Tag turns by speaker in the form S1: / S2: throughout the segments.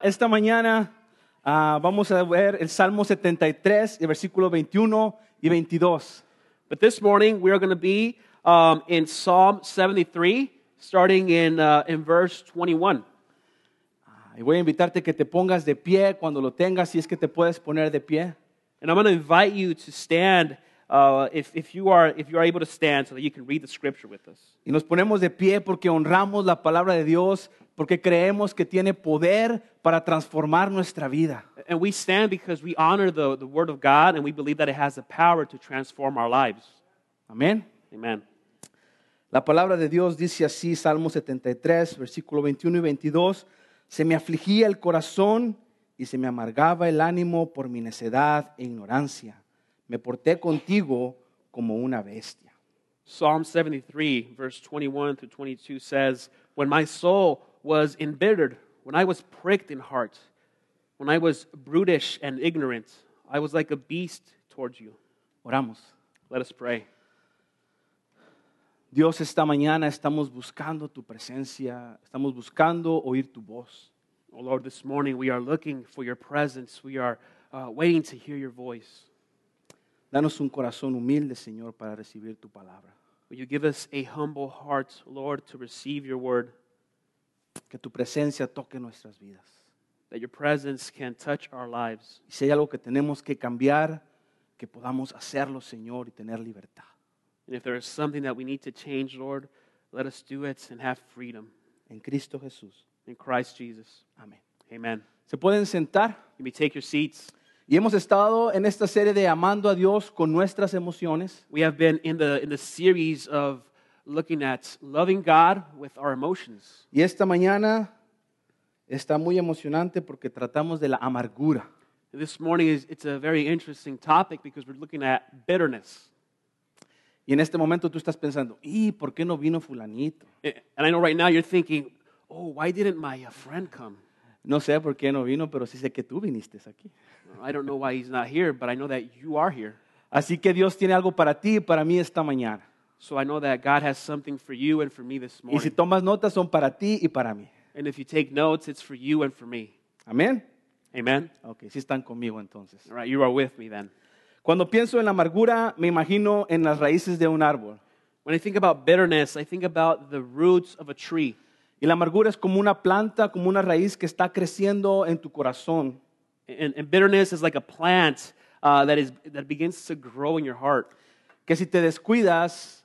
S1: Esta mañana ah, vamos a ver el Salmo 73, el versículo 21 y 22.
S2: But this morning we are going to be um, in Psalm 73, starting in, uh, in verse 21.
S1: Ah, Y voy a invitarte que te pongas de pie cuando lo tengas, si es que te puedes poner de pie.
S2: And I'm going to invite you to stand uh, if, if, you are, if you are able to stand so that you can read the scripture with us.
S1: Y nos ponemos de pie porque honramos la palabra de Dios, porque creemos que tiene poder para transformar nuestra vida.
S2: And we stand because we honor the, the word of God and we believe that it has the power to transform our lives.
S1: Amén.
S2: Amen.
S1: La palabra de Dios dice así, Salmo 73, versículo 21 y 22, se me afligía el corazón y se me amargaba el ánimo por mi necedad e ignorancia. Me porté contigo como una bestia.
S2: Psalm 73, verse 21 through 22 says, When my soul was embittered, when I was pricked in heart, when I was brutish and ignorant, I was like a beast towards you.
S1: Oramos.
S2: Let us pray.
S1: Dios, esta mañana estamos buscando tu presencia, estamos buscando oír tu voz.
S2: Oh Lord, this morning we are looking for your presence. We are uh, waiting to hear your voice.
S1: Danos un corazón humilde, Señor, para recibir tu palabra.
S2: Will you give us a humble heart, Lord, to receive your word,
S1: Que tu presencia toque nuestras vidas.
S2: that your presence can touch our lives?
S1: Y si hay algo que tenemos que cambiar, que podamos hacerlo, Señor, y tener libertad.
S2: And if there is something that we need to change, Lord, let us do it and have freedom.
S1: En Cristo Jesús.
S2: In Christ Jesus.
S1: Amén.
S2: Amen.
S1: Se pueden sentar.
S2: You may take your seats.
S1: Y hemos estado en esta serie de amando a Dios con nuestras emociones.
S2: We have been in the, in the series of looking at loving God with our emotions.
S1: Y esta mañana está muy emocionante porque tratamos de la amargura.
S2: This morning is it's a very interesting topic because we're looking at bitterness.
S1: Y en este momento tú estás pensando, ¿y por qué no vino fulanito?
S2: And I know right now you're thinking, oh, why didn't my uh, friend come?
S1: No sé por qué no vino, pero sí sé que tú viniste aquí.
S2: I don't know why he's not here, but I know that you are here.
S1: Así que Dios tiene algo para ti y para mí esta mañana.
S2: So I know that God has something for you and for me this
S1: Y si
S2: morning.
S1: tomas notas son para ti y para mí.
S2: And if you take notes, it's for you and for me.
S1: Amén.
S2: Amen?
S1: Ok, sí están conmigo entonces.
S2: All right, you are with me then.
S1: Cuando pienso en la amargura, me imagino en las raíces de un árbol.
S2: When I think about bitterness, I think about the roots of a tree.
S1: Y la amargura es como una planta, como una raíz que está creciendo en tu corazón.
S2: And, and bitterness is like a plant uh, that, is, that begins to grow in your heart.
S1: Que si te descuidas,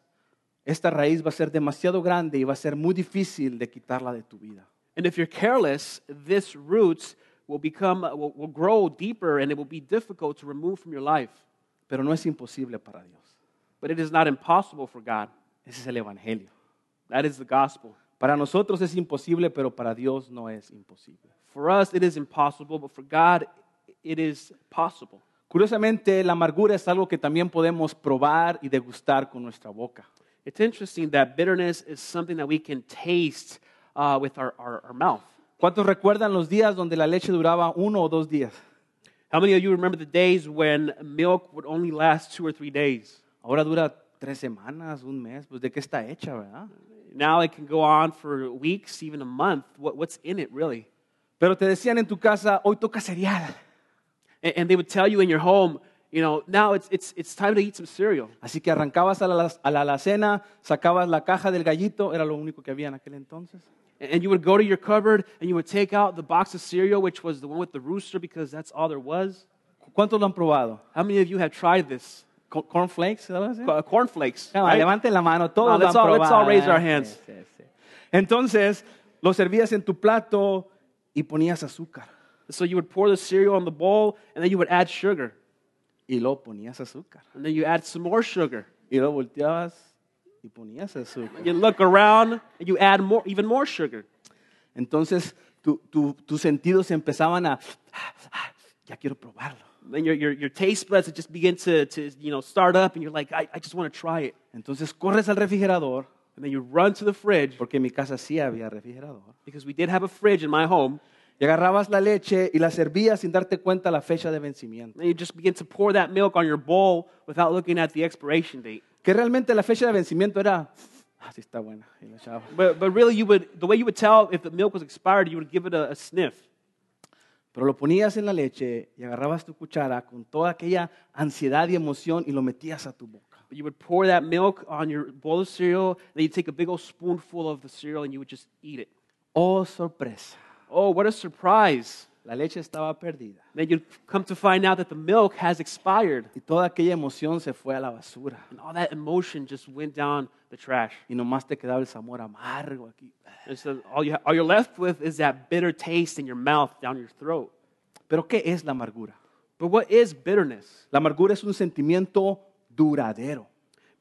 S1: esta raíz va a ser demasiado grande y va a ser muy difícil de quitarla de tu vida.
S2: And if you're careless, this root will become uh, will, will grow deeper and it will be difficult to remove from your life.
S1: Pero no es imposible para Dios.
S2: But it is not impossible for God.
S1: Ese es el Evangelio.
S2: That is the gospel.
S1: Para nosotros es imposible, pero para Dios no es imposible.
S2: For us, it is impossible, but for God, it is possible.
S1: Curiosamente, la amargura es algo que también podemos probar y degustar con nuestra boca.
S2: It's interesting that bitterness is something that we can taste uh, with our, our, our mouth.
S1: ¿Cuántos recuerdan los días donde la leche duraba uno o dos días?
S2: How many of you remember the days when milk would only last two or three days?
S1: Ahora dura tres semanas, un mes. Pues de qué está hecha, ¿verdad?
S2: Now it can go on for weeks, even a month. What, what's in it, really?
S1: Pero te decían en tu casa, hoy toca cereal.
S2: And, and they would tell you in your home, you know, now it's, it's, it's time to eat some cereal.
S1: Así que arrancabas a la, a la alacena, sacabas la caja del gallito, era lo único que había en aquel entonces.
S2: And and you would go to your cupboard and you would take out the box of cereal, which was the one with the rooster, because that's all there was.
S1: ¿Cu- ¿Cuántos lo han probado?
S2: How many of you have tried this?
S1: Co- ¿Cornflakes? ¿sabes? así?
S2: Co- Cornflakes.
S1: No,
S2: right?
S1: Ah, Levanten la mano, todos
S2: No,
S1: lo han
S2: let's all-
S1: probado.
S2: let's all raise our
S1: Sí,
S2: hands.
S1: sí, sí. Entonces, lo servías en tu plato y ponías azúcar.
S2: So you would pour the cereal on the bowl and then you would add sugar.
S1: Y luego ponías azúcar.
S2: And then you add some more sugar.
S1: Y luego volteabas y ponías azúcar.
S2: You look around and you add more, even more sugar.
S1: Entonces tu- tu- tus sentidos empezaban a, "Ah, ah, ya quiero probarlo.
S2: Then your, your, your taste buds just begin to, to you know, start up and you're like, I, I just want to try it.
S1: Entonces corres al refrigerador,
S2: And then you run to the fridge
S1: porque en mi casa sí había refrigerador,
S2: because we did have a fridge in my home.
S1: y agarrabas la leche y la servías sin darte cuenta la fecha de vencimiento.
S2: And you just begin to pour that milk on your bowl without looking at the expiration date.
S1: Que realmente la fecha de vencimiento era, así está buena, y la echaba.
S2: But, but really, you would, the way you would tell if the milk was expired, you would give it a, a sniff.
S1: Pero lo ponías en la leche y agarrabas tu cuchara con toda aquella ansiedad y emoción y lo metías a tu boca.
S2: But you would pour that milk on your bowl of cereal, then you'd take a big old spoonful of the cereal and you would just eat it.
S1: Oh, sorpresa.
S2: Oh, what a surprise!
S1: La leche estaba perdida
S2: Then you'd come to find out that the milk has expired,
S1: y toda aquella emoción se fue a la basura.
S2: and all that emotion just went down the trash.
S1: Y nomás te quedaba el sabor amargo aquí.
S2: And so all, you ha- all you're left with is that bitter taste in your mouth, down your throat.
S1: Pero ¿qué es la amargura?
S2: But what is bitterness?
S1: La amargura es un sentimiento duradero.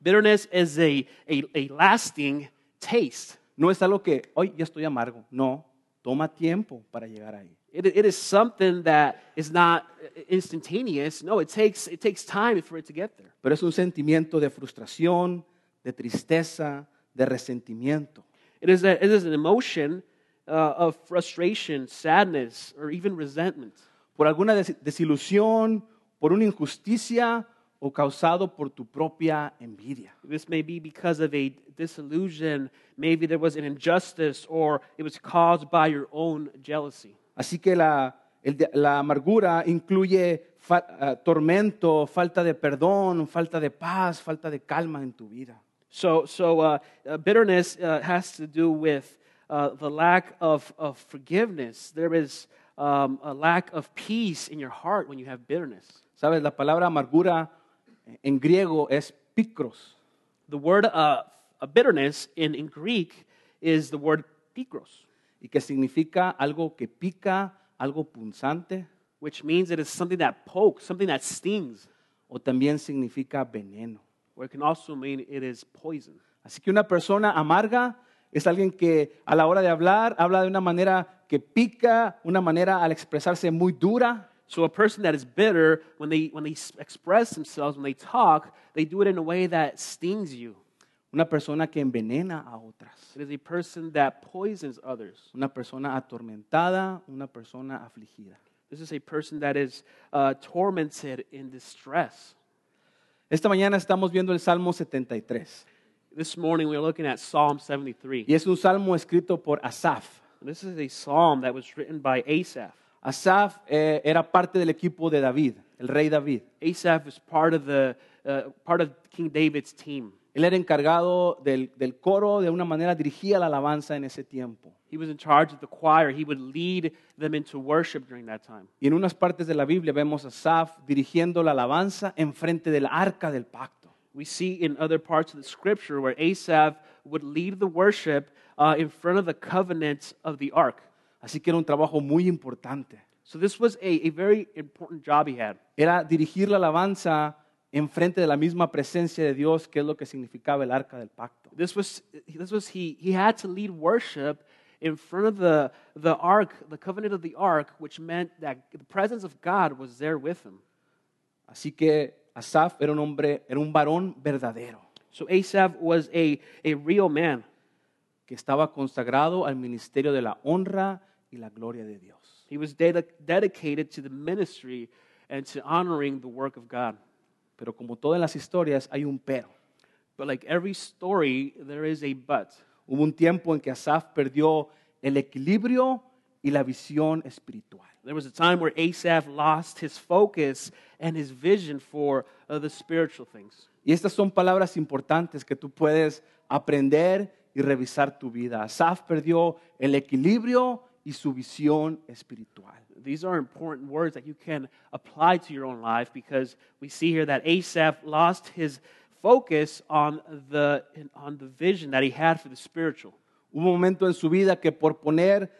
S2: Bitterness is a, a, a lasting taste.
S1: No es algo que, hoy ya estoy amargo. No, toma tiempo para llegar ahí.
S2: It, it is something that is not uh, instantaneous. No, it takes, it takes time for it to get there.
S1: Pero es un sentimiento de frustración, de tristeza, de resentimiento.
S2: It is, a, it is an emotion uh, of frustration, sadness, or even resentment.
S1: Por alguna des- desilusión, por una injusticia o causado por tu propia envidia.
S2: This may be because of a disillusion. Maybe there was an injustice, or it was caused by your own jealousy.
S1: Así que la, el de- la amargura incluye fa- ah, tormento, falta de perdón, falta de paz, falta de calma en tu vida.
S2: So, so uh, uh, bitterness uh, has to do with uh, the lack of, of forgiveness. There is um, a lack of peace in your heart when you have bitterness.
S1: Sabes, la palabra amargura eh, en griego es picros.
S2: The word uh, uh, bitterness in, in Greek is the word pikros,
S1: y que significa algo que pica, algo punzante,
S2: which means it is something that pokes, something that stings,
S1: o también significa veneno.
S2: or it can also mean it is poison.
S1: Así que una persona amarga es alguien que a la hora de hablar habla de una manera que pica, una manera al expresarse muy dura,
S2: So a person that is bitter, when they, when they s- express themselves, when they talk, they do it in a way that stings you.
S1: una persona que envenena a otras,
S2: It is a person that poisons others.
S1: una persona atormentada, una persona afligida.
S2: This is a person that is uh, tormented in distress.
S1: Esta mañana estamos viendo el Salmo 73
S2: This morning we are looking at Psalm 73.
S1: y es un salmo escrito por Asaf.
S2: This is a psalm that was written by Asaph.
S1: Asaf eh, era parte del equipo de David, el rey David.
S2: Asaph is part of the uh, part of King David's team.
S1: Él era encargado del, del coro, de una manera dirigía la alabanza en ese tiempo.
S2: He was in charge of the choir. He would lead them into worship during that time.
S1: Y en unas partes de la Biblia vemos a Asaf dirigiendo la alabanza enfrente del arca del pacto.
S2: We see in other parts of the scripture where Asaph would lead the worship uh, in front of the covenant of the ark.
S1: Así que era un trabajo muy importante.
S2: So this was a, a very important job he had.
S1: Era dirigir la alabanza enfrente de la misma presencia de Dios, que es lo que significaba el arca del pacto.
S2: This was, this was he, he had to lead worship in front of the, the ark, the covenant of the ark, which meant that the presence of God was there with him.
S1: Así que Asaf era un hombre, era un varón verdadero,
S2: So Asaph was a, a real man.
S1: que estaba consagrado al ministerio de la honra y la gloria de Dios.
S2: He was ded- dedicated to the ministry and to honoring the work of God.
S1: Pero como todas las historias, hay un pero.
S2: But like every story, there is a but.
S1: Hubo un tiempo en que Asaf perdió el equilibrio y la visión espiritual.
S2: There was a time where Asaph lost his focus and his vision for uh, the spiritual things.
S1: Y estas son palabras importantes que tú puedes aprender y revisar tu vida. Asaf perdió el equilibrio y su visión espiritual.
S2: These are important words that you can apply to your own life because we see here that Asaph lost his focus on the, on the vision that he had for the spiritual.
S1: Hubo un momento en su vida que por poner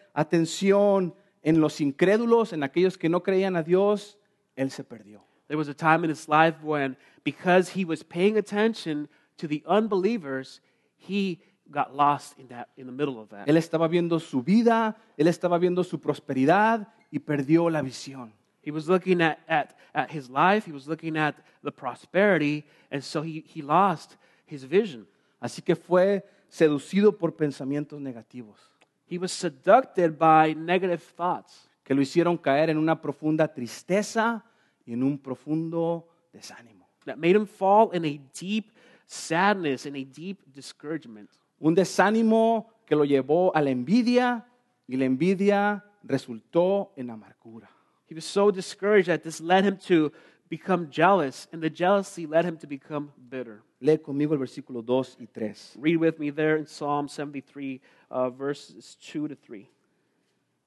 S1: atención en los incrédulos, en aquellos que no creían a Dios, él se perdió.
S2: There was a time in his life when, because he was paying attention to the unbelievers, he got lost in, that, in the middle of that.
S1: Él estaba viendo su vida, él estaba viendo su prosperidad y perdió la visión.
S2: He was looking at, at, at his life, he was looking at the prosperity, and so he, he lost his vision.
S1: Así que fue seducido por pensamientos negativos
S2: He was seducted by negative thoughts.
S1: que lo hicieron caer en una profunda tristeza y en un profundo desánimo.
S2: that made him fall in a deep sadness and a deep discouragement.
S1: Un desánimo que lo llevó a la envidia y la envidia resultó en amargura.
S2: He was so discouraged that this led him to become jealous, and the jealousy led him to become bitter.
S1: Lee conmigo el versículo 2 y 3.
S2: Read with me there in Psalm 73, uh, verses 2 to 3.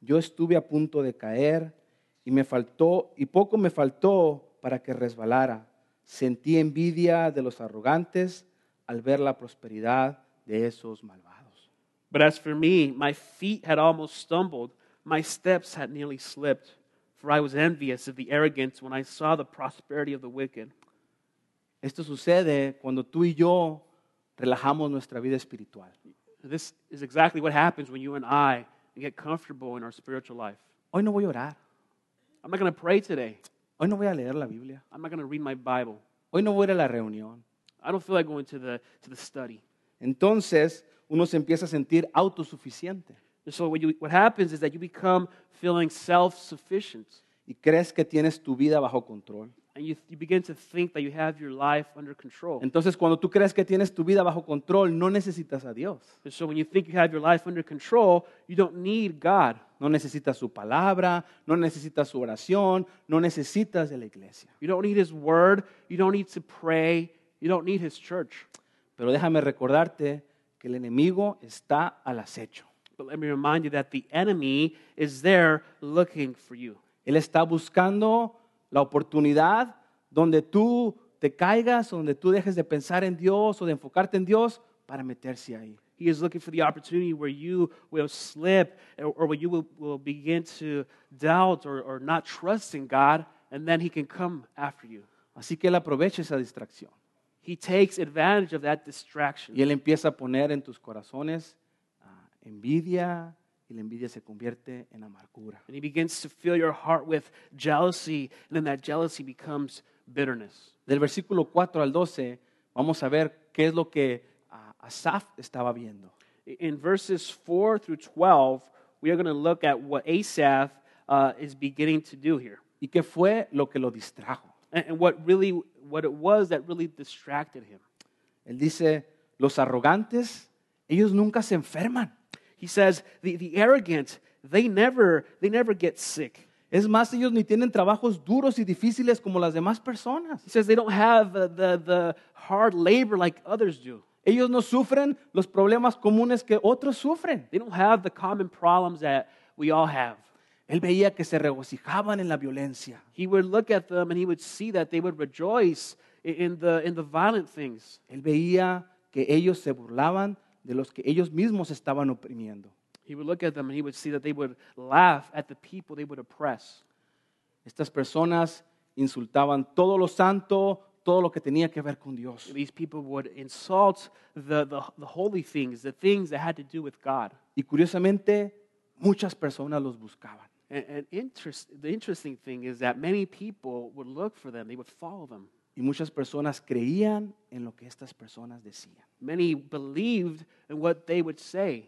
S1: Yo estuve a punto de caer y me faltó y poco me faltó para que resbalara. Sentí envidia de los arrogantes al ver la prosperidad de esos malvados.
S2: But as for me, my feet had almost stumbled, my steps had nearly slipped, for I was envious of the arrogant when I saw the prosperity of the wicked.
S1: Esto sucede cuando tú y yo relajamos nuestra vida espiritual.
S2: This is exactly what happens when you and I get comfortable in our spiritual life.
S1: Hoy no voy a orar,
S2: I'm not going to pray today.
S1: hoy no voy a leer la Biblia,
S2: I'm not going to read my Bible.
S1: hoy no voy a ir a la reunión.
S2: I don't feel like going to the, to the study.
S1: Entonces uno se empieza a sentir autosuficiente
S2: And so what, you, what happens is that you become feeling self-sufficient,
S1: y crees que tienes tu vida bajo control.
S2: and you, you begin to think that you have your life under control.
S1: Entonces cuando tú crees que tienes tu vida bajo control, no necesitas a Dios,
S2: And so when you think you have your life under control, you don't need God.
S1: no necesitas su palabra, no necesitas su oración, no necesitas de la iglesia.
S2: You don't need His Word. You don't need to pray. You don't need His church.
S1: Pero déjame recordarte que el enemigo está al acecho.
S2: But let me remind you that the enemy is there looking for you.
S1: Él está buscando la oportunidad donde tú te caigas, donde tú dejes de pensar en Dios o de enfocarte en Dios para meterse ahí.
S2: He is looking for the opportunity where you will slip or, or where you will, will begin to doubt or, or not trust in God, and then He can come after you.
S1: Así que él aprovecha esa distracción
S2: He takes advantage of that distraction.
S1: y él empieza a poner en tus corazones ah, envidia y la envidia se convierte en amargura.
S2: And He begins to fill your heart with jealousy, and then that jealousy becomes bitterness.
S1: Del versículo 4 al 12 vamos a ver qué es lo que ah, Asaf estaba viendo.
S2: In verses 4 through 12, we are going to look at what Asaph uh, is beginning to do here
S1: y qué fue lo que lo distrajo.
S2: and, and what really what it was that really distracted him.
S1: Él dice, los arrogantes, ellos nunca se enferman.
S2: He says, the, the arrogant, they never, they never get sick.
S1: Es más, ellos ni tienen trabajos duros y difíciles como las demás personas.
S2: He says they don't have uh, the, the hard labor like others do.
S1: Ellos no sufren los problemas comunes que otros sufren.
S2: They don't have the common problems that we all have.
S1: Él veía que se regocijaban en la violencia,
S2: He would look at them and he would see that they would rejoice i- in the, in the violent things.
S1: él veía que ellos se burlaban de los que ellos mismos estaban oprimiendo.
S2: He would look at them and he would see that they would laugh at the people they would oppress.
S1: Estas personas insultaban todo lo santo, todo lo que tenía que ver con Dios.
S2: These people would insult the, the, the holy things, the things that had to do with God.
S1: Y curiosamente, muchas personas los buscaban.
S2: And, and interest, the interesting thing is that many people would look for them, they would follow them.
S1: Y muchas personas creían en lo que estas personas decían.
S2: Many believed in what they would say.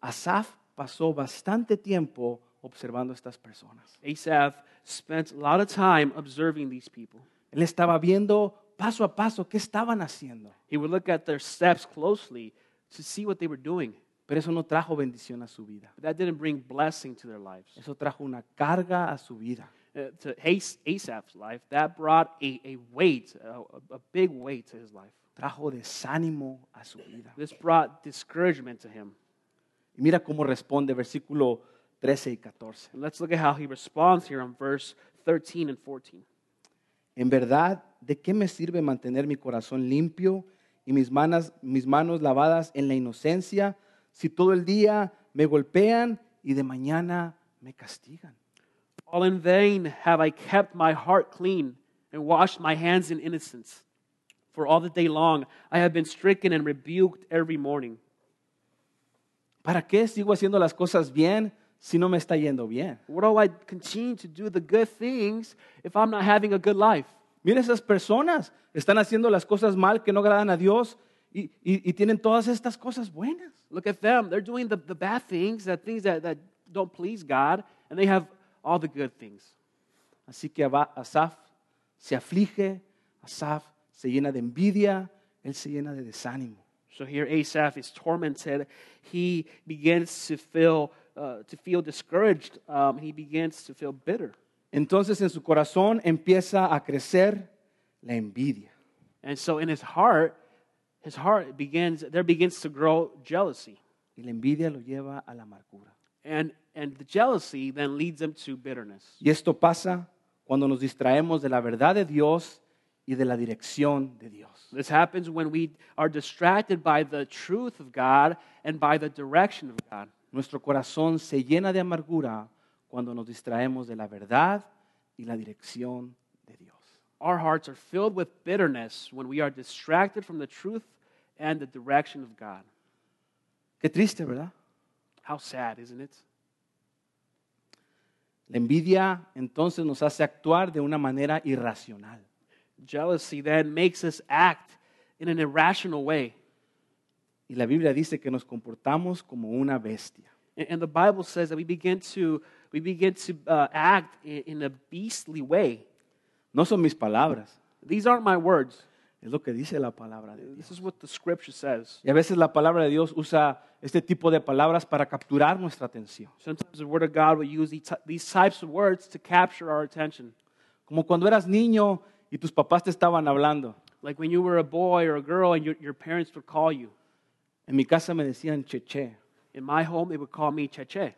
S1: Asaf pasó bastante tiempo observando a estas personas.
S2: Asaph spent a lot of time observing these people.
S1: Él estaba viendo paso a paso qué estaban haciendo,
S2: He would look at their steps closely to see what they were doing.
S1: pero eso no trajo bendición a su vida.
S2: But that didn't bring blessing to their lives.
S1: Eso trajo una carga a su vida.
S2: Uh, to As- Asaph's life, that brought a, a weight, a, a- a big weight to his life.
S1: Trajo desánimo a su vida.
S2: This brought discouragement to him.
S1: Y mira cómo responde versículo 13 y 14.
S2: And let's look at how he responds here on verse 13 and 14.
S1: En verdad, ¿de qué me sirve mantener mi corazón limpio y mis manos, mis manos lavadas en la inocencia si todo el día me golpean y de mañana me castigan?
S2: All in vain have I kept my heart clean and washed my hands in innocence. For all the day long I have been stricken and rebuked every morning.
S1: ¿Para qué sigo haciendo las cosas bien si no me está yendo bien?
S2: What do I continue to do the good things if I'm not having a good life?
S1: Mira, esas personas están haciendo las cosas mal que no agradan a Dios y, y- y tienen todas estas cosas buenas.
S2: Look at them. They're doing the, the bad things, the things that, that don't please God, and they have all the good things.
S1: Así que Aba- Asaf se aflige, Asaf se llena de envidia, él se llena de desánimo.
S2: So here Asaph is tormented. He begins to feel, uh, to feel discouraged. Um, he begins to feel bitter.
S1: Entonces en su corazón empieza a crecer la envidia.
S2: And so in his heart, his heart begins, there begins to grow jealousy.
S1: Y la envidia lo lleva a la amargura.
S2: And, and the jealousy then leads him to bitterness.
S1: Y esto pasa cuando nos distraemos de la verdad de Dios y de la dirección de Dios.
S2: This happens when we are distracted by the truth of God and by the direction of God.
S1: Nuestro corazón se llena de amargura cuando nos distraemos de la verdad y la dirección de Dios.
S2: Our hearts are filled with bitterness when we are distracted from the truth and the direction of God.
S1: Qué triste, ¿verdad?
S2: How sad, isn't it?
S1: La envidia entonces nos hace actuar de una manera irracional.
S2: Jealousy then makes us act in an irrational way.
S1: Y la Biblia dice que nos comportamos como una bestia.
S2: And, and the Bible says that we begin to, we begin to uh, act in, in a beastly way.
S1: No son mis palabras,
S2: These aren't my words.
S1: es lo que dice la palabra de Dios.
S2: This is what the scripture says.
S1: Y a veces la palabra de Dios usa este tipo de palabras para capturar nuestra atención.
S2: Sometimes the word of God will use the ty- these types of words to capture our attention.
S1: Como cuando eras niño y tus papás te estaban hablando.
S2: Like when you were a boy or a girl and your, your parents would call you.
S1: En mi casa me decían cheche,
S2: In my home, they would call me Cheche.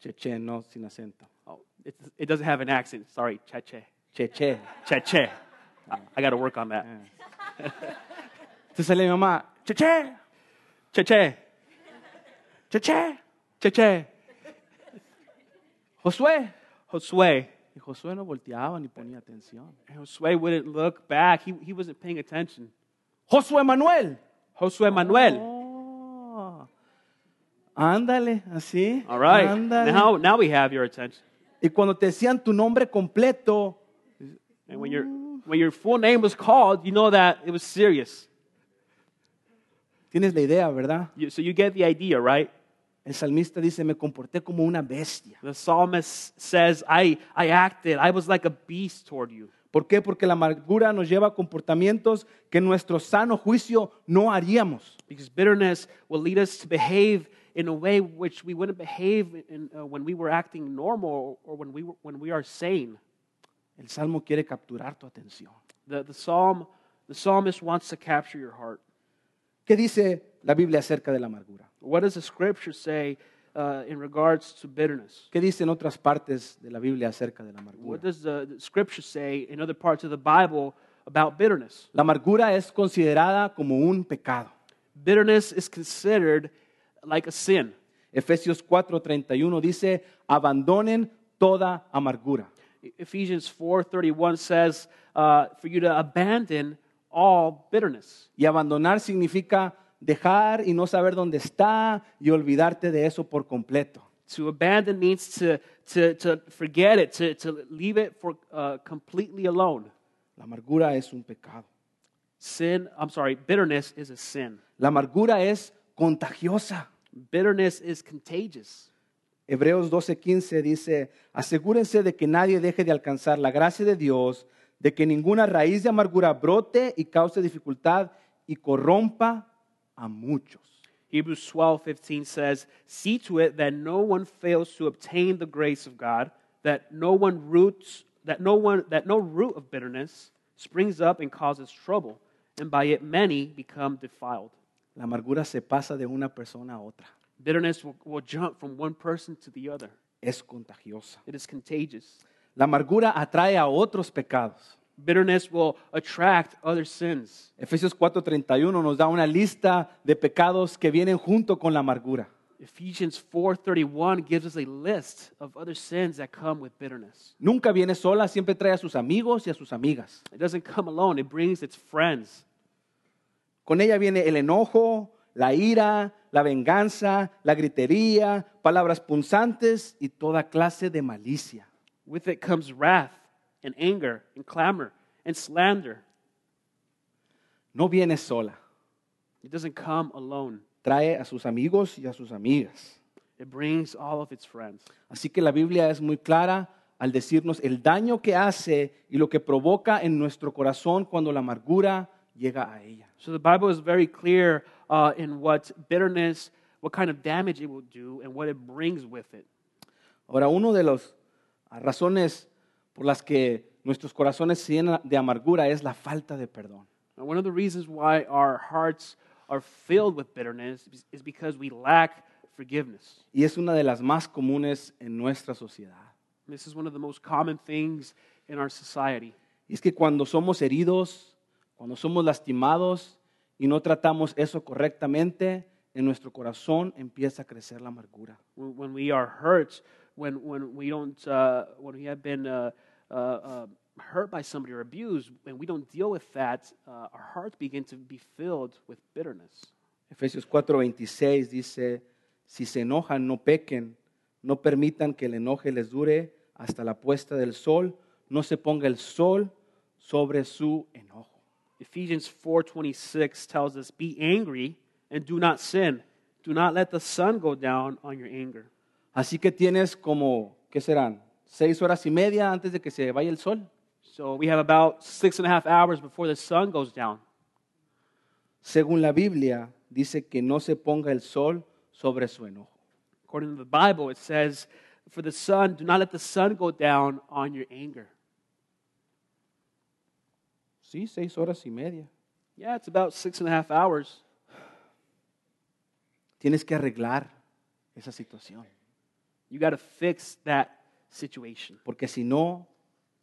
S1: cheche, no sin acento.
S2: Oh, it, it doesn't have an accent. Sorry, Cheche.
S1: Cheche.
S2: Cheche. I, I got to work on that.
S1: Entonces sale mi mamá, cheche,
S2: Cheche.
S1: cheche,
S2: Cheche.
S1: Josué.
S2: Josue.
S1: Y Josué no volteaba ni ponía atención.
S2: And Josue wouldn't look back. He, he wasn't paying attention.
S1: Josué Manuel.
S2: Josue Manuel.
S1: Oh. "Ah, Ándale, así.
S2: All right.
S1: Ándale.
S2: Now, now we have your attention.
S1: Y cuando te decían tu nombre completo,
S2: And when your, when your full name was called, you know that it was serious.
S1: tienes la idea, ¿verdad?
S2: You, so you get the idea, right?
S1: El salmista dice, me comporté como una bestia.
S2: The psalmist says, I, I acted, I was like a beast toward you.
S1: ¿Por qué? Porque la amargura nos lleva a comportamientos que en nuestro sano juicio no haríamos.
S2: Because bitterness will lead us to behave in a way which we wouldn't behave in, uh, when we were acting normal or when we, were, when we are sane.
S1: El salmo quiere capturar tu atención.
S2: The, the, psalm, the psalmist wants to capture your heart.
S1: ¿Qué dice la Biblia acerca de la amargura?
S2: What does the scripture say uh, in regards to bitterness?
S1: ¿Qué dice en otras partes de la Biblia acerca de la
S2: What
S1: amargura?
S2: does the, the scripture say in other parts of the Bible about bitterness?
S1: La amargura es considerada como un pecado.
S2: Bitterness is considered like a sin.
S1: Efesios 4:31 dice, abandonen toda amargura.
S2: Ephesians 4:31 says uh, for you to abandon all bitterness.
S1: Y abandonar significa dejar y no saber dónde está y olvidarte de eso por completo.
S2: To abandon means to, to, to forget it, to, to leave it for uh, completely alone.
S1: La amargura es un pecado.
S2: Sin, I'm sorry, bitterness is a sin.
S1: La amargura es contagiosa.
S2: Bitterness is contagious.
S1: Hebreos 12:15 dice, asegúrense de que nadie deje de alcanzar la gracia de Dios, de que ninguna raíz de amargura brote y cause dificultad y corrompa a muchos.
S2: Hebrews 12:15 says, "See to it that no one fails to obtain the grace of God, that no one roots that no one that no root of bitterness springs up and causes trouble, and by it many become defiled."
S1: La amargura se pasa de una persona a otra.
S2: Bitterness will, will jump from one person to the other.
S1: Es contagiosa.
S2: It is contagious.
S1: La amargura atrae a otros pecados.
S2: Bitterness will attract other sins.
S1: Efesios 4:31 nos da una lista de pecados que vienen junto con la amargura.
S2: Ephesians 4:31 gives us a list of other sins that come with bitterness.
S1: Nunca viene sola, siempre trae a sus amigos y a sus amigas.
S2: It doesn't come alone, it brings its friends.
S1: Con ella viene el enojo, la ira, la venganza, la gritería, palabras punzantes y toda clase de malicia.
S2: With it comes wrath and anger and clamor and slander.
S1: No viene sola,
S2: It doesn't come alone,
S1: trae a sus amigos y a sus amigas.
S2: it brings all of its friends.
S1: Así que la Biblia es muy clara al decirnos el daño que hace y lo que provoca en nuestro corazón cuando la amargura llega a ella.
S2: So the Bible is very clear uh, in what bitterness, what kind of damage it will do, and what it brings with it.
S1: Ahora, uno de los ah, a razones por las que nuestros corazones se llenan de amargura es la falta de perdón.
S2: And one of the reasons why our hearts are filled with bitterness is- is because we lack forgiveness.
S1: Y es una de las más comunes en nuestra sociedad.
S2: This is one of the most common things in our society.
S1: Y es que cuando somos heridos, cuando somos lastimados y no tratamos eso correctamente, en nuestro corazón empieza a crecer la amargura.
S2: When when we are hurt, when, when we don't, uh, when we have been uh, uh, uh, hurt by somebody or abused, and we don't deal with that, uh, our hearts begin to be filled with bitterness.
S1: Efesios 4:26 dice, si se enojan, no pequen, no permitan que el enoje les dure hasta la puesta del sol, no se ponga el sol sobre su enojo.
S2: Ephesians 4:26 tells us, "Be angry and do not sin. Do not let the sun go down on your anger."
S1: Así que tienes como, ¿qué serán? Seis horas y media antes de que se vaya el sol.
S2: So we have about six and a half hours before the sun goes down.
S1: Según la Biblia, dice que no se ponga el sol sobre su enojo.
S2: According to the Bible, it says, "For the sun, do not let the sun go down on your anger."
S1: Sí, seis horas y media.
S2: Yeah, it's about six and a half hours.
S1: Tienes que arreglar esa situación,
S2: You got to fix that situation
S1: porque si no,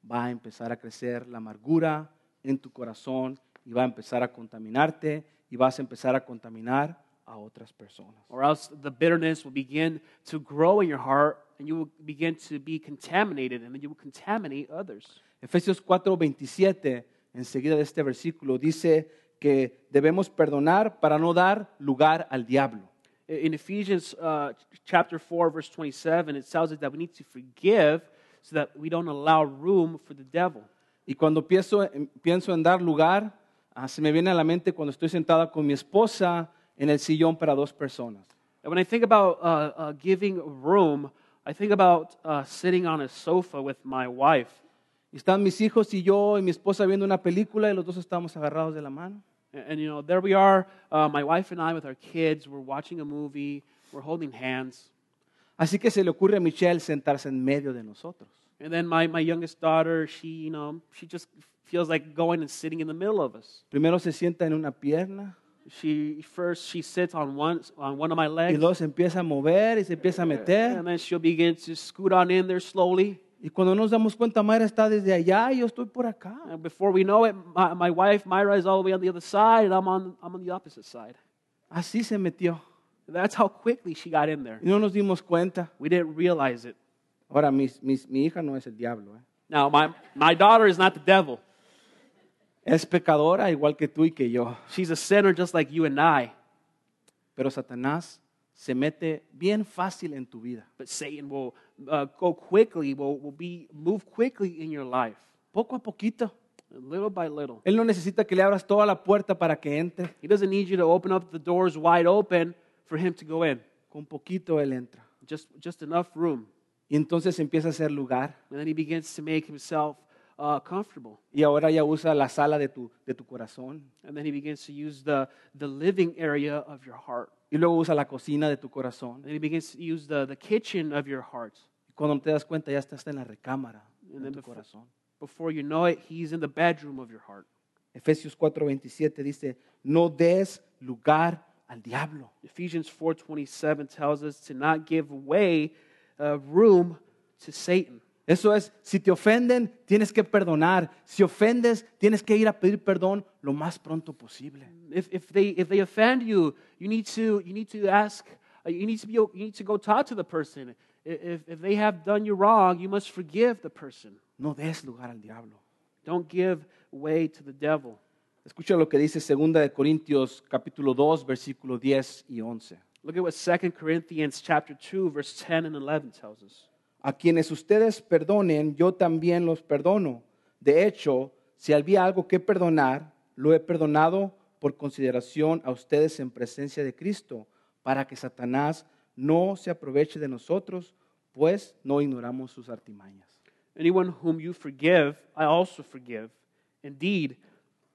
S1: va a empezar a crecer la amargura en tu corazón y va a empezar a contaminarte y vas a empezar a contaminar a otras personas.
S2: or else the bitterness will begin to grow in your heart and you will begin to be contaminated and then you will contaminate others.
S1: Efesios 4:27, enseguida de este versículo, dice que debemos perdonar para no dar lugar al diablo.
S2: In Ephesians uh, ch- chapter 4, verse 27, it tells us that we need to forgive so that we don't allow room for the devil.
S1: Y cuando pienso, en- pienso en dar lugar, ah, se me viene a la mente cuando estoy sentada con mi esposa en el sillón para dos personas.
S2: And when I think about uh, uh, giving room, I think about uh, sitting on a sofa with my wife.
S1: Y están mis hijos y yo y mi esposa viendo una película y los dos estamos agarrados de la mano.
S2: And, and, you know, there we are, uh, my wife and I with our kids. We're watching a movie, we're holding hands.
S1: Así que se le ocurre a Michelle sentarse en medio de nosotros.
S2: And then my, my youngest daughter, she, you know, she just feels like going and sitting in the middle of us.
S1: Primero se sienta en una pierna
S2: She first she sits on one on one of my
S1: y
S2: legs.
S1: luego se empieza a mover y se empieza a meter.
S2: And then she'll begin to scoot on in there slowly.
S1: Y cuando nos damos cuenta, Mayra está desde allá y yo estoy por acá.
S2: And before we know it, my, my wife, Myra, is all the way on the other side, and I'm on, I'm on the opposite side.
S1: Así se metió.
S2: That's how quickly she got in there.
S1: Y no nos dimos cuenta.
S2: We didn't realize it.
S1: Ahora, mis- mis- mi hija no es el diablo. ¿eh?
S2: Now, my, my daughter is not the devil.
S1: Es pecadora igual que tú y que yo.
S2: She's a sinner just like you and I.
S1: Pero Satanás se mete bien fácil en tu vida.
S2: But Satan will uh, go quickly, will, will be move quickly in your life,
S1: Poco a poquito.
S2: little by little.
S1: Él no necesita que le abras toda la puerta para que entre.
S2: He doesn't need you to open up the doors wide open for him to go in.
S1: Con poquito él entra.
S2: Just, just enough room.
S1: Y entonces empieza a hacer lugar.
S2: And then he begins to make himself uh, comfortable.
S1: Y ahora ya usa la sala de tu, de tu corazón.
S2: And then he begins to use the, the living area of your heart.
S1: Y luego usa la cocina de tu corazón.
S2: And then he begins to use the, the kitchen of your heart.
S1: Y cuando te das cuenta ya estás en la recámara
S2: And
S1: de
S2: then
S1: tu
S2: before-
S1: corazón.
S2: Before you know it, he's in the bedroom of your heart.
S1: Efesios 4:27 dice, no des lugar al diablo.
S2: Ephesians 4.27 tells us to not give way uh, room to Satan.
S1: Eso es, si te ofenden, tienes que perdonar. Si ofendes, tienes que ir a pedir perdón lo más pronto posible.
S2: If, if, they, if they offend you, you need to, you need to ask, uh, you need to, be, you need to go talk to the person. I- If, if they have done you wrong, you must forgive the person.
S1: No des lugar al diablo.
S2: Don't give way to the devil.
S1: Escucha lo que dice 2 de Corintios capítulo 2, versículo 10 y 11.
S2: Look at what 2 Corinthians chapter 2 verse 10 and 11 tells us.
S1: A quienes ustedes perdonen, yo también los perdono. De hecho, si había algo que perdonar, lo he perdonado por consideración a ustedes en presencia de Cristo, para que Satanás no se aproveche de nosotros, pues no ignoramos sus artimañas.
S2: Anyone whom you forgive, I also forgive. Indeed,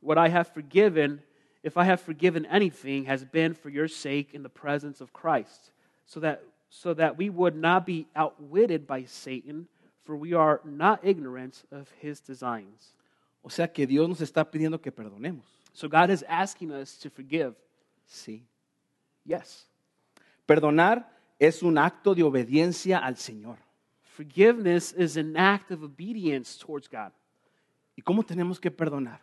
S2: what I have forgiven, if I have forgiven anything, has been for your sake in the presence of Christ, so that so that we would not be outwitted by Satan, for we are not ignorant of his designs.
S1: O sea que Dios nos está pidiendo que perdonemos.
S2: So God is asking us to forgive.
S1: Sí.
S2: Yes.
S1: Perdonar es un acto de obediencia al Señor.
S2: Forgiveness is an act of obedience towards God.
S1: ¿Y cómo tenemos que perdonar?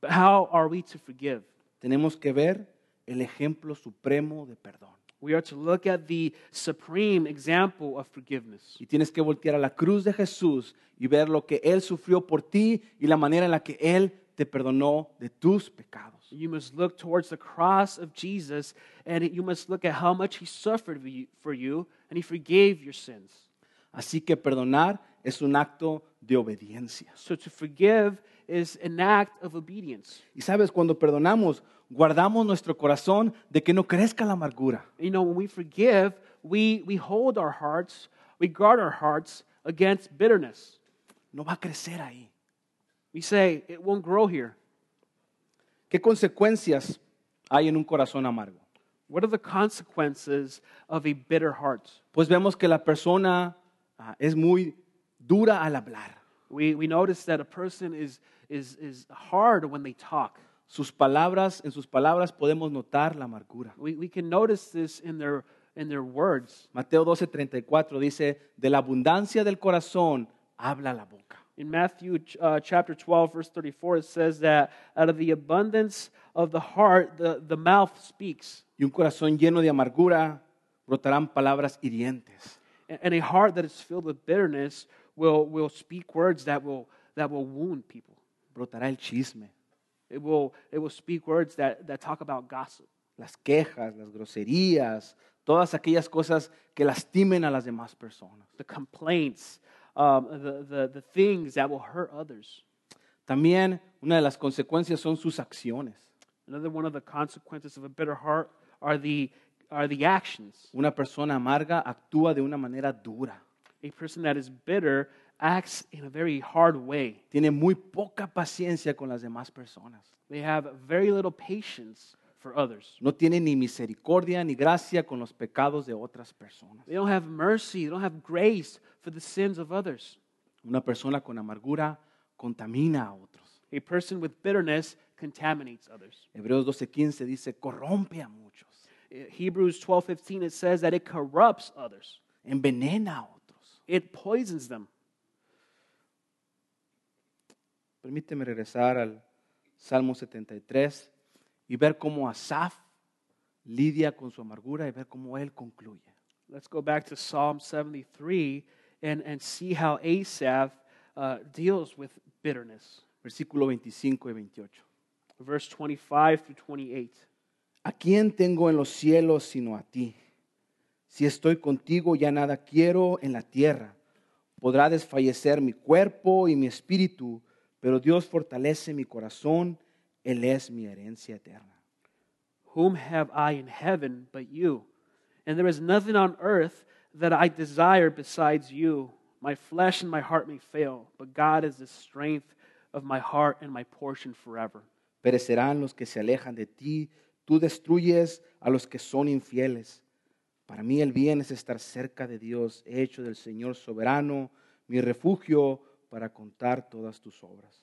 S2: But how are we to forgive?
S1: Tenemos que ver el ejemplo supremo de perdón.
S2: We are to look at the supreme example of forgiveness.
S1: Y tienes que voltear a la cruz de Jesús y ver lo que Él sufrió por ti y la manera en la que Él te perdonó de tus pecados.
S2: You must look towards the cross of Jesus and you must look at how much he suffered for you- for you and he forgave your sins.
S1: Así que perdonar es un acto de obediencia.
S2: So to forgive is an act of obedience.
S1: Y sabes, cuando perdonamos, guardamos nuestro corazón de que no crezca la amargura.
S2: You know, when we forgive, we, we hold our hearts, we guard our hearts against bitterness.
S1: No va a crecer ahí.
S2: We say, it won't grow here.
S1: ¿Qué consecuencias hay en un corazón amargo?
S2: What are the consequences of a bitter heart?
S1: Pues vemos que la persona ah, es muy dura al hablar.
S2: We, we notice that a person is, is, is hard when they talk.
S1: Sus palabras, en sus palabras podemos notar la amargura.
S2: We, we can notice this in their, in their words.
S1: Mateo 12:34 dice, de la abundancia del corazón habla la boca.
S2: In Matthew uh, chapter 12, verse 34, it says that out of the abundance of the heart, the, the mouth speaks.
S1: Y un corazón lleno de amargura brotarán palabras hirientes.
S2: And and a heart that is filled with bitterness will, will speak words that will, that will wound people.
S1: Brotará el chisme,
S2: It will, it will speak words that, that talk about gossip,
S1: las quejas, las groserías, todas aquellas cosas que lastimen a las demás personas.
S2: the complaints, um, the, the, the things that will hurt others.
S1: También una de las consecuencias son sus acciones.
S2: Another one of the consequences of a bitter heart are the, are the actions.
S1: Una persona amarga actúa de una manera dura,
S2: A person that is bitter acts in a very hard way.
S1: tiene muy poca paciencia con las demás personas.
S2: They have very little patience for others.
S1: No tiene ni misericordia ni gracia con los pecados de otras personas.
S2: They don't have mercy, they don't have grace for the sins of others.
S1: Una persona con amargura contamina a otros.
S2: A person with bitterness contaminates others.
S1: Hebreos 12:15 dice, corrompe a muchos,
S2: Eh, Hebrews 12:15 it says that it corrupts others.
S1: envenena a otros.
S2: It poisons them.
S1: Permíteme regresar al Salmo 73 y ver cómo Asaf lidia con su amargura y ver cómo él concluye.
S2: Let's go back to Psalm 73 and, and see how Asaph uh, deals with bitterness.
S1: Versículo 25 y 28.
S2: Verse 25 through 28.
S1: ¿A quién tengo en los cielos sino a ti? Si estoy contigo ya nada quiero en la tierra. Podrá desfallecer mi cuerpo y mi espíritu, pero Dios fortalece mi corazón, Él es mi herencia eterna.
S2: Whom have I in heaven but you? And there is nothing on earth that I desire besides you. My flesh and my heart may fail, but God is the strength of my heart and my portion forever.
S1: Perecerán los que se alejan de ti, tú destruyes a los que son infieles. Para mí el bien es estar cerca de Dios, he hecho del Señor soberano mi refugio para contar todas tus obras.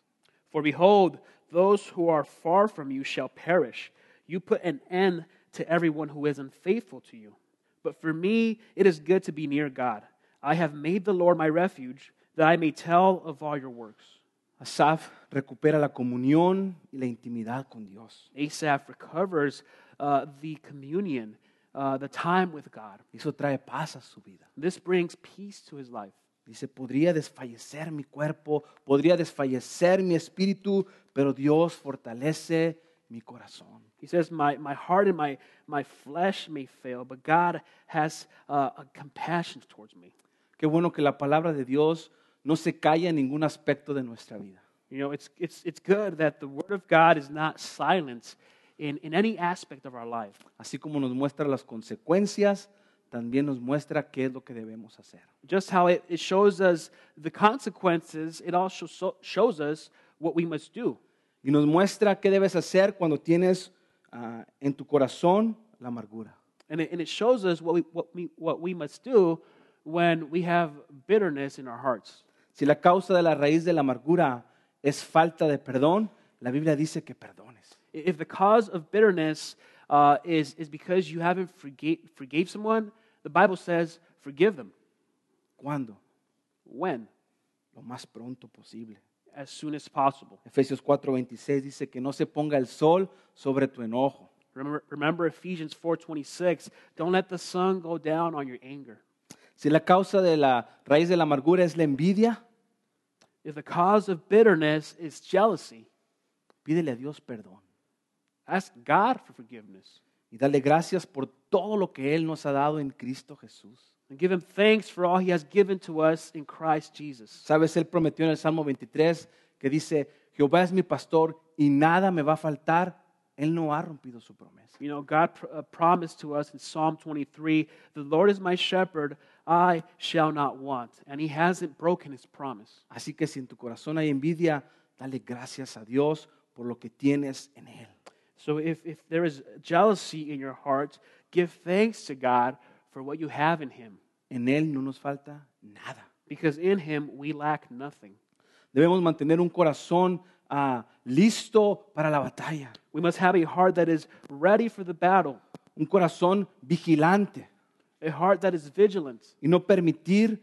S2: For behold, those who are far from you shall perish. You put an end to everyone who is unfaithful to you. But for me, it is good to be near God. I have made the Lord my refuge, that I may tell of all your works.
S1: Asaf recupera la comunión y la intimidad con Dios.
S2: Asaph recovers uh, the communion, uh, the time with God.
S1: Eso trae paz a su vida.
S2: This brings peace to his life.
S1: Dice, podría desfallecer mi cuerpo, podría desfallecer mi espíritu, pero Dios fortalece mi corazón.
S2: He says, My, my heart and my, my flesh may fail, but God has uh, a compassion towards me.
S1: Qué bueno que la palabra de Dios no se calla en ningún aspecto de nuestra vida.
S2: You know, it's, it's, it's good that the Word of God is not silent in, in any aspect of our life.
S1: Así como nos muestra las consecuencias, también nos muestra qué es lo que debemos hacer.
S2: Just how it, it shows us the consequences, it also so, shows us what we must do.
S1: Y nos muestra qué debes hacer cuando tienes ah, en tu corazón la amargura.
S2: And it, and it shows us what we, what, we, what we must do when we have bitterness in our hearts.
S1: Si la causa de la raíz de la amargura es falta de perdón, la Biblia dice que perdones.
S2: If the cause of bitterness uh, is, is because you haven't forgave, forgave someone, the Bible says forgive them.
S1: ¿Cuándo?
S2: When?
S1: Lo más pronto posible.
S2: As soon as possible.
S1: Efesios 4:26 dice que no se ponga el sol sobre tu enojo.
S2: Remember, remember Ephesians 4.26, don't let the sun go down on your anger.
S1: Si la causa de la raíz de la amargura es la envidia,
S2: If the cause of bitterness is jealousy,
S1: pídele a Dios perdón
S2: ask God for forgiveness
S1: y dale gracias por todo lo que Él nos ha dado en Cristo Jesús.
S2: and give him thanks for all he has given to us in Christ Jesus.
S1: Sabes, Él prometió en el Salmo 23 que dice, Jehová es mi pastor y nada me va a faltar. Él no ha rompido su promesa.
S2: You know, God pr- uh, promised to us in Psalm 23, the Lord is my shepherd, I shall not want. And he hasn't broken his promise.
S1: Así que si en tu corazón hay envidia, dale gracias a Dios por lo que tienes en Él.
S2: So if, if there is jealousy in your heart, give thanks to God for what you have in him.
S1: En Él no nos falta nada.
S2: Because in him we lack nothing.
S1: Debemos mantener un corazón ah, listo para la batalla,
S2: We must have a heart that is ready for the battle,
S1: un corazón vigilante
S2: a heart that is vigilant,
S1: y no permitir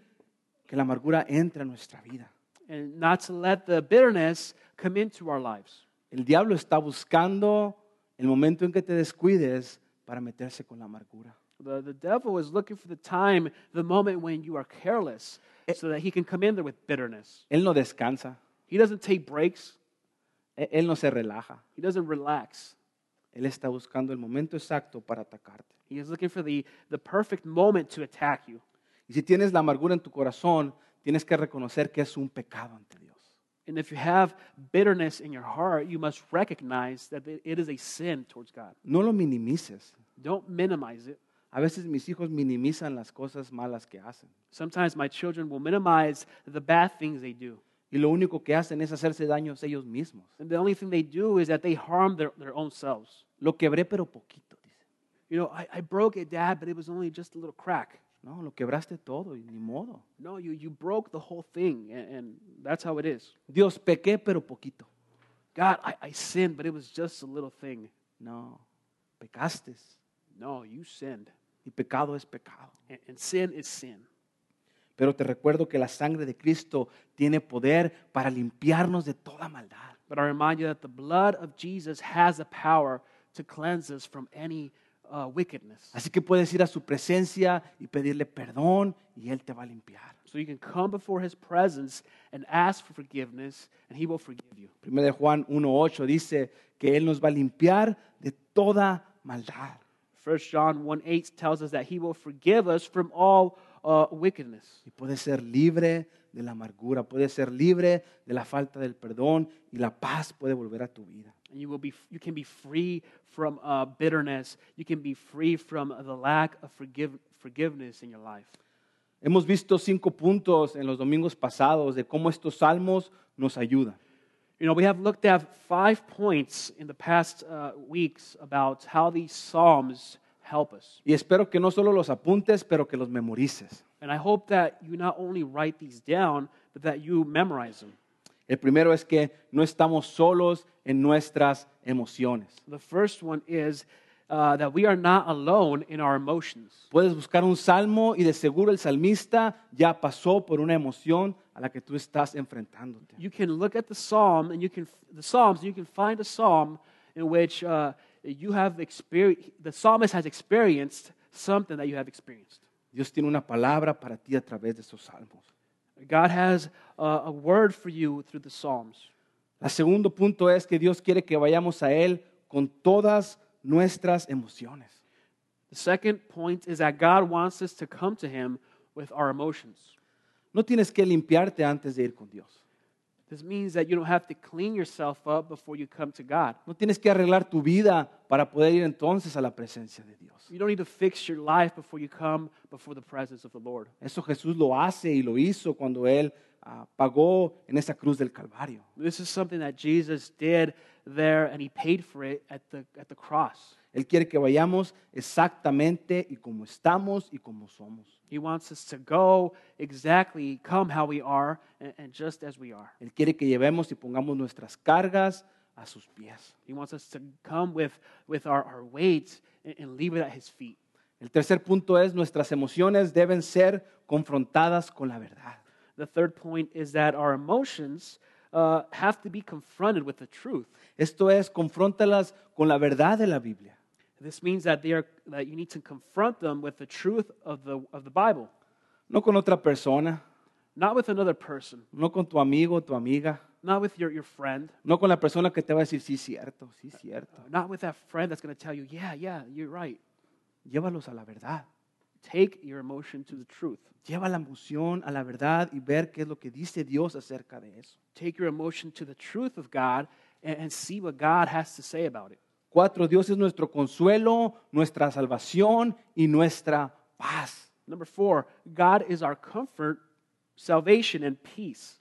S1: que la amargura entre a nuestra vida.
S2: and not to let the bitterness come into our lives.
S1: El diablo está buscando el momento en que te descuides para meterse con la amargura.
S2: The, the devil is looking for the time, the moment when you are careless, so that he can come in there with bitterness.
S1: Él no descansa,
S2: He doesn't take breaks,
S1: e- él no se relaja.
S2: he doesn't relax.
S1: Él está buscando el momento exacto para atacarte.
S2: He is looking for the, the perfect moment to attack you.
S1: Y si tienes la amargura en tu corazón, tienes que reconocer que es un pecado ante Dios.
S2: And if you have bitterness in your heart, you must recognize that it- it is a sin towards God.
S1: No lo minimices.
S2: Don't minimize it.
S1: A veces mis hijos minimizan las cosas malas que hacen.
S2: Sometimes my children will minimize the bad things they do.
S1: Y lo único que hacen es hacerse daños ellos mismos.
S2: And the only thing they do is that they harm their, their own selves.
S1: Lo quebré, pero poquito, dice.
S2: You know, I, I broke it, Dad, but it was only just a little crack.
S1: No, lo quebraste todo y ni modo.
S2: No, you, you broke the whole thing, and, and that's how it is.
S1: Dios, pequé, pero poquito.
S2: God, I, I sinned, but it was just a little thing.
S1: No, pecaste.
S2: No, you sinned.
S1: Y pecado es pecado.
S2: And, and sin is sin.
S1: Pero te recuerdo que la sangre de Cristo tiene poder para limpiarnos de toda maldad.
S2: But I remind you that the blood of Jesus has the power to cleanse us from any uh, wickedness.
S1: Así que puedes ir a su presencia y pedirle perdón y Él te va a limpiar.
S2: So you can come before his presence and ask for forgiveness, and he will forgive you.
S1: Primero de Juan 1.8 dice que Él nos va a limpiar de toda maldad.
S2: 1 John 1 8 tells us that he will forgive us from all uh, wickedness.
S1: Y puedes ser libre de la amargura, puedes ser libre de la falta del perdón y la paz puede volver a tu vida.
S2: And you, will be, you can be free from uh, bitterness. You can be free from the lack of forgive, forgiveness in your life.
S1: Hemos visto cinco puntos en los domingos pasados de cómo estos salmos nos ayudan.
S2: You know, we have looked at five points in the past uh, weeks about how these Psalms help us.
S1: Y espero que no solo los apuntes, pero que los memorices.
S2: And I hope that you not only write these down, but that you memorize them.
S1: El primero es que no estamos solos en nuestras emociones.
S2: The first one is uh, that we are not alone in our emotions.
S1: Puedes buscar un salmo y de seguro el salmista ya pasó por una emoción a la que tú estás enfrentándote.
S2: you can look at the psalm and you can the psalms and you can find a psalm in which uh, you have experienced the psalmist has experienced something that you have experienced
S1: Dios tiene una palabra para ti a través de esos salmos.
S2: god has uh, a word for you through the psalms
S1: El segundo punto es que Dios quiere que vayamos a Él con todas nuestras emociones.
S2: the second point is that god wants us to come to him with our emotions
S1: No tienes que limpiarte antes de ir con Dios.
S2: this means that you don't have to clean yourself up before you come to god
S1: No tienes que arreglar tu vida para poder ir entonces a la presencia de Dios.
S2: you don't need to fix your life before you come before the presence of the lord
S1: Eso Jesús lo hace y lo hizo cuando Él ah, pagó en esa cruz del Calvario.
S2: this is something that jesus did there and he paid for it at the, at the cross
S1: Él quiere que vayamos exactamente y como estamos y como somos.
S2: He wants us to go exactly, come how we are, and, and just as we are.
S1: Él quiere que llevemos y pongamos nuestras cargas a sus pies.
S2: He wants us to come with, with our, our weight and, and leave it at His feet.
S1: El tercer punto es nuestras emociones deben ser confrontadas con la verdad.
S2: The third point is that our emotions uh, have to be confronted with the truth.
S1: Esto es, confróntalas con la verdad de la Biblia.
S2: This means that, they are, that you need to confront them with the truth of the, of the Bible,
S1: No con otra persona,
S2: not with another person,
S1: no con tu amigo o tu amiga,
S2: not with your, your friend,
S1: no con la persona que te va a decir, sí, cierto, sí, cierto.
S2: not with that friend that's going to tell you, yeah, yeah, you're right.
S1: Llévalos a la verdad.
S2: Take your emotion to the truth.
S1: Lleva la emoción a la verdad y ver qué es lo que dice Dios acerca de eso.
S2: Take your emotion to the truth of God and, and see what God has to say about it.
S1: Cuatro, Dios es nuestro consuelo, nuestra salvación y nuestra paz.
S2: Number four, God is our comfort, salvation, and peace.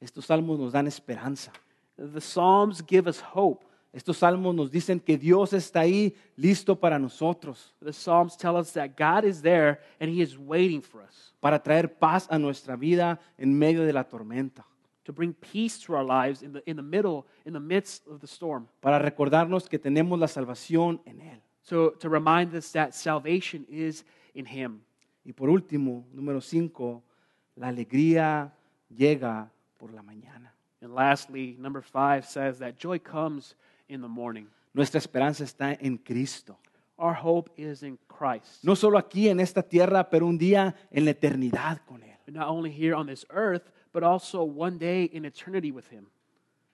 S1: Estos salmos nos dan esperanza.
S2: The Psalms give us hope.
S1: Estos salmos nos dicen que Dios está ahí listo para nosotros,
S2: The Psalms tell us that God is there and He is waiting for us
S1: para traer paz a nuestra vida en medio de la tormenta,
S2: to bring peace to our lives in the, in the middle, in the midst of the storm.
S1: para recordarnos que tenemos la salvación en Él.
S2: So to remind us that salvation is in Him.
S1: Y por último, número cinco, la alegría llega por la mañana.
S2: And lastly, number five says that joy comes in the morning.
S1: Nuestra esperanza está en Cristo.
S2: Our hope is in Christ.
S1: No solo aquí en esta tierra, pero un día en la eternidad con Él.
S2: Not only here on this earth, but also one day in eternity with Him.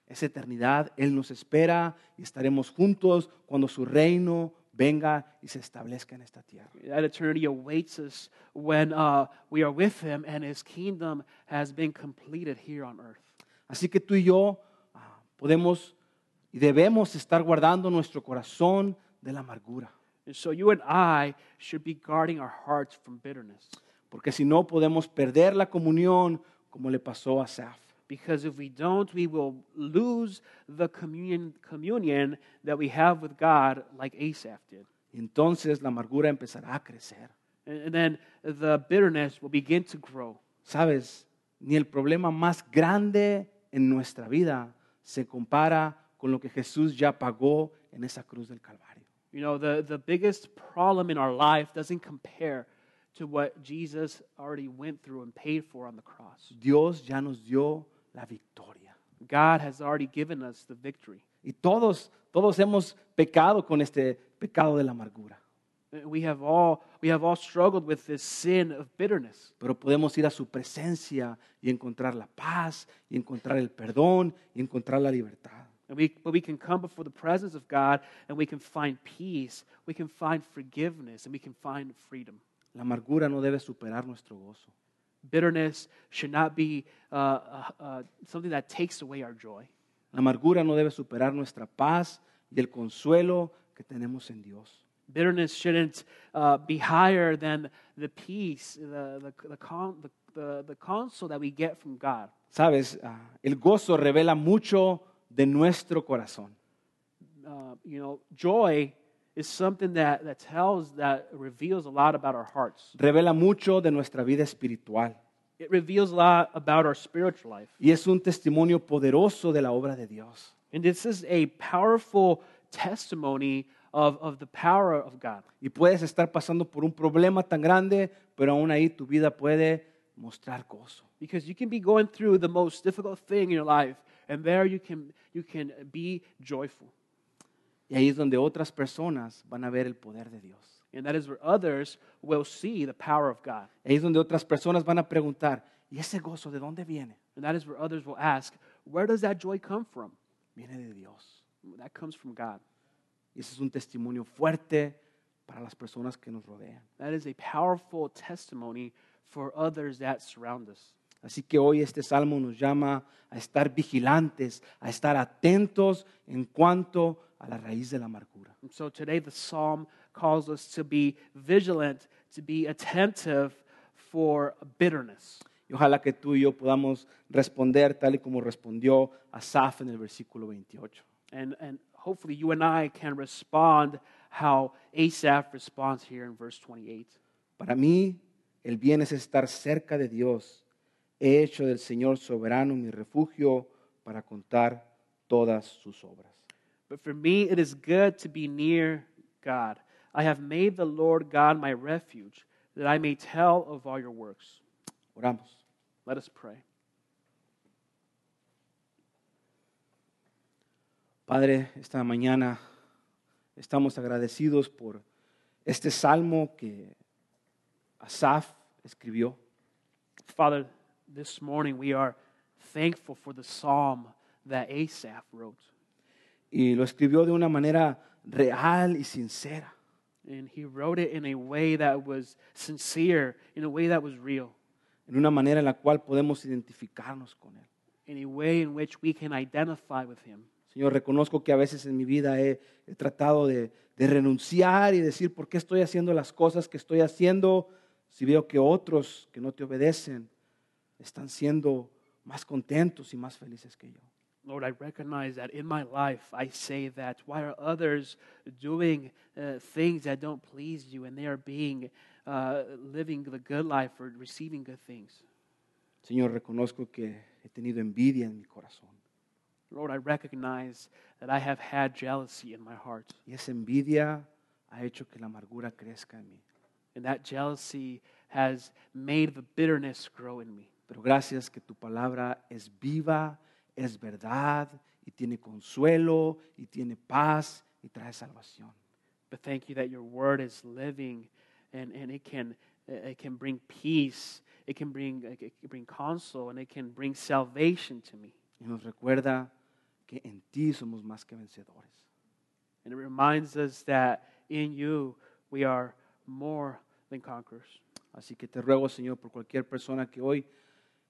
S1: Esa eternidad Él nos espera y estaremos juntos cuando su reino venga y se establezca en esta tierra.
S2: That eternity awaits us when uh, we are with Him and His kingdom has been completed here on earth.
S1: Así que tú y yo ah, podemos y debemos estar guardando nuestro corazón de la amargura,
S2: And so you and I should be guarding our hearts from bitterness.
S1: porque si no podemos perder la comunión como le pasó a Saf.
S2: Because if we don't, we will lose the communion, communion that we have with God, like Asaph did.
S1: Entonces la amargura empezará a crecer.
S2: And, and then the bitterness will begin to grow.
S1: Sabes, ni el problema más grande en nuestra vida se compara con lo que Jesús ya pagó en esa cruz del Calvario.
S2: You know, the, the biggest problem in our life doesn't compare to what Jesus already went through and paid for on the cross.
S1: Dios ya nos dio la victoria.
S2: God has already given us the victory.
S1: Y todos, todos hemos pecado con este pecado de la amargura.
S2: We have all, we have all struggled with this sin of bitterness.
S1: pero podemos ir a su presencia y encontrar la paz, y encontrar el perdón, y encontrar la libertad.
S2: And we, but we can come before the presence of God and we can find peace, we can find forgiveness, and we can find freedom.
S1: La amargura no debe superar nuestro gozo.
S2: Bitterness should not be uh, uh, uh, something that takes away our joy.
S1: La amargura no debe superar nuestra paz y el consuelo que tenemos en Dios.
S2: Bitterness shouldn't uh, be higher than the peace, the, the, the, con, the, the, the console that we get from God.
S1: Sabes, ah, el gozo revela mucho de nuestro corazón.
S2: Uh, you know, joy is something that, that tells, that reveals a lot about our hearts.
S1: Revela mucho de nuestra vida espiritual.
S2: It reveals a lot about our spiritual life.
S1: Y es un testimonio poderoso de la obra de Dios.
S2: And this is a powerful testimony of, of the power of God.
S1: Y puedes estar pasando por un problema tan grande, pero aún ahí tu vida puede mostrar gozo.
S2: Because you can be going through the most difficult thing in your life, and there you can, you can be joyful.
S1: Y ahí es donde otras personas van a ver el poder de Dios.
S2: And that is where others will see the power of God.
S1: Ahí es donde otras personas van a preguntar, ¿y ese gozo de dónde viene?
S2: And that is where others will ask, Where does that joy come from?
S1: Viene de Dios.
S2: That comes from God.
S1: Y ese es un testimonio fuerte para las personas que nos rodean.
S2: That is a powerful testimony for others that surround us.
S1: Así que hoy este salmo nos llama a estar vigilantes, a estar atentos en cuanto a la raíz de la amargura.
S2: And so today the psalm calls us to be vigilant, to be attentive for bitterness.
S1: Y ojalá que tú y yo podamos responder tal y como respondió Asaf en el versículo 28.
S2: And, and hopefully you and I can respond how Asaph responds here in verse 28.
S1: Para mí, el bien es estar cerca de Dios. He hecho del Señor soberano mi refugio para contar todas sus obras.
S2: But for me, it is good to be near God. I have made the Lord God my refuge, that I may tell of all your works.
S1: Oramos.
S2: Let us pray.
S1: Padre, esta mañana estamos agradecidos por este salmo que Asaf escribió.
S2: Father, this morning we are thankful for the psalm that Asaph wrote.
S1: Y lo escribió de una manera real y sincera.
S2: And he wrote it in a way that was sincere, in a way that was real,
S1: En una manera en la cual podemos identificarnos con Él.
S2: in a way in which we can identify with him.
S1: Señor, reconozco que a veces en mi vida he, he tratado de, de renunciar y decir, ¿por qué estoy haciendo las cosas que estoy haciendo si veo que otros que no te obedecen están siendo más contentos y más felices que yo?
S2: Lord, I recognize that in my life I say that. Why are others doing uh, things that don't please you and they are being uh, living the good life or receiving good things?
S1: Señor, reconozco que he tenido envidia en mi corazón
S2: Lord, I recognize that I have had jealousy in my heart,
S1: y esa envidia ha hecho que la amargura crezca en mí.
S2: and that jealousy has made the bitterness grow in me.
S1: Pero gracias que tu palabra es viva, es verdad y tiene consuelo y tiene paz y trae salvación.
S2: But thank you that your word is living and, and it, can, uh, it can bring peace, it can bring, it can bring counsel, and it can bring salvation to me.
S1: y nos recuerda que en ti somos más que vencedores.
S2: And it reminds us that in you we are more than conquerors.
S1: Así que te ruego, Señor, por cualquier persona que hoy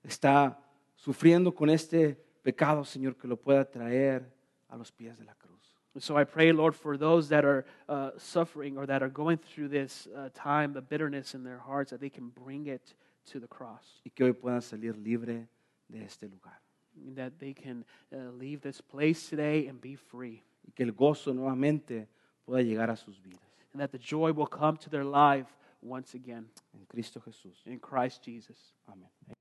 S1: está sufriendo con este pecado, Señor, que lo pueda traer a los pies de la cruz.
S2: And so I pray, Lord, for those that are uh, suffering or that are going through this uh, time, the bitterness in their hearts, that they can bring it to the cross,
S1: Y que hoy puedan salir libre de este lugar.
S2: and that they can uh, leave this place today and be free,
S1: Y que el gozo nuevamente pueda llegar a sus vidas.
S2: and that the joy will come to their life once again
S1: En Cristo Jesús.
S2: in Christ Jesus.
S1: Amén.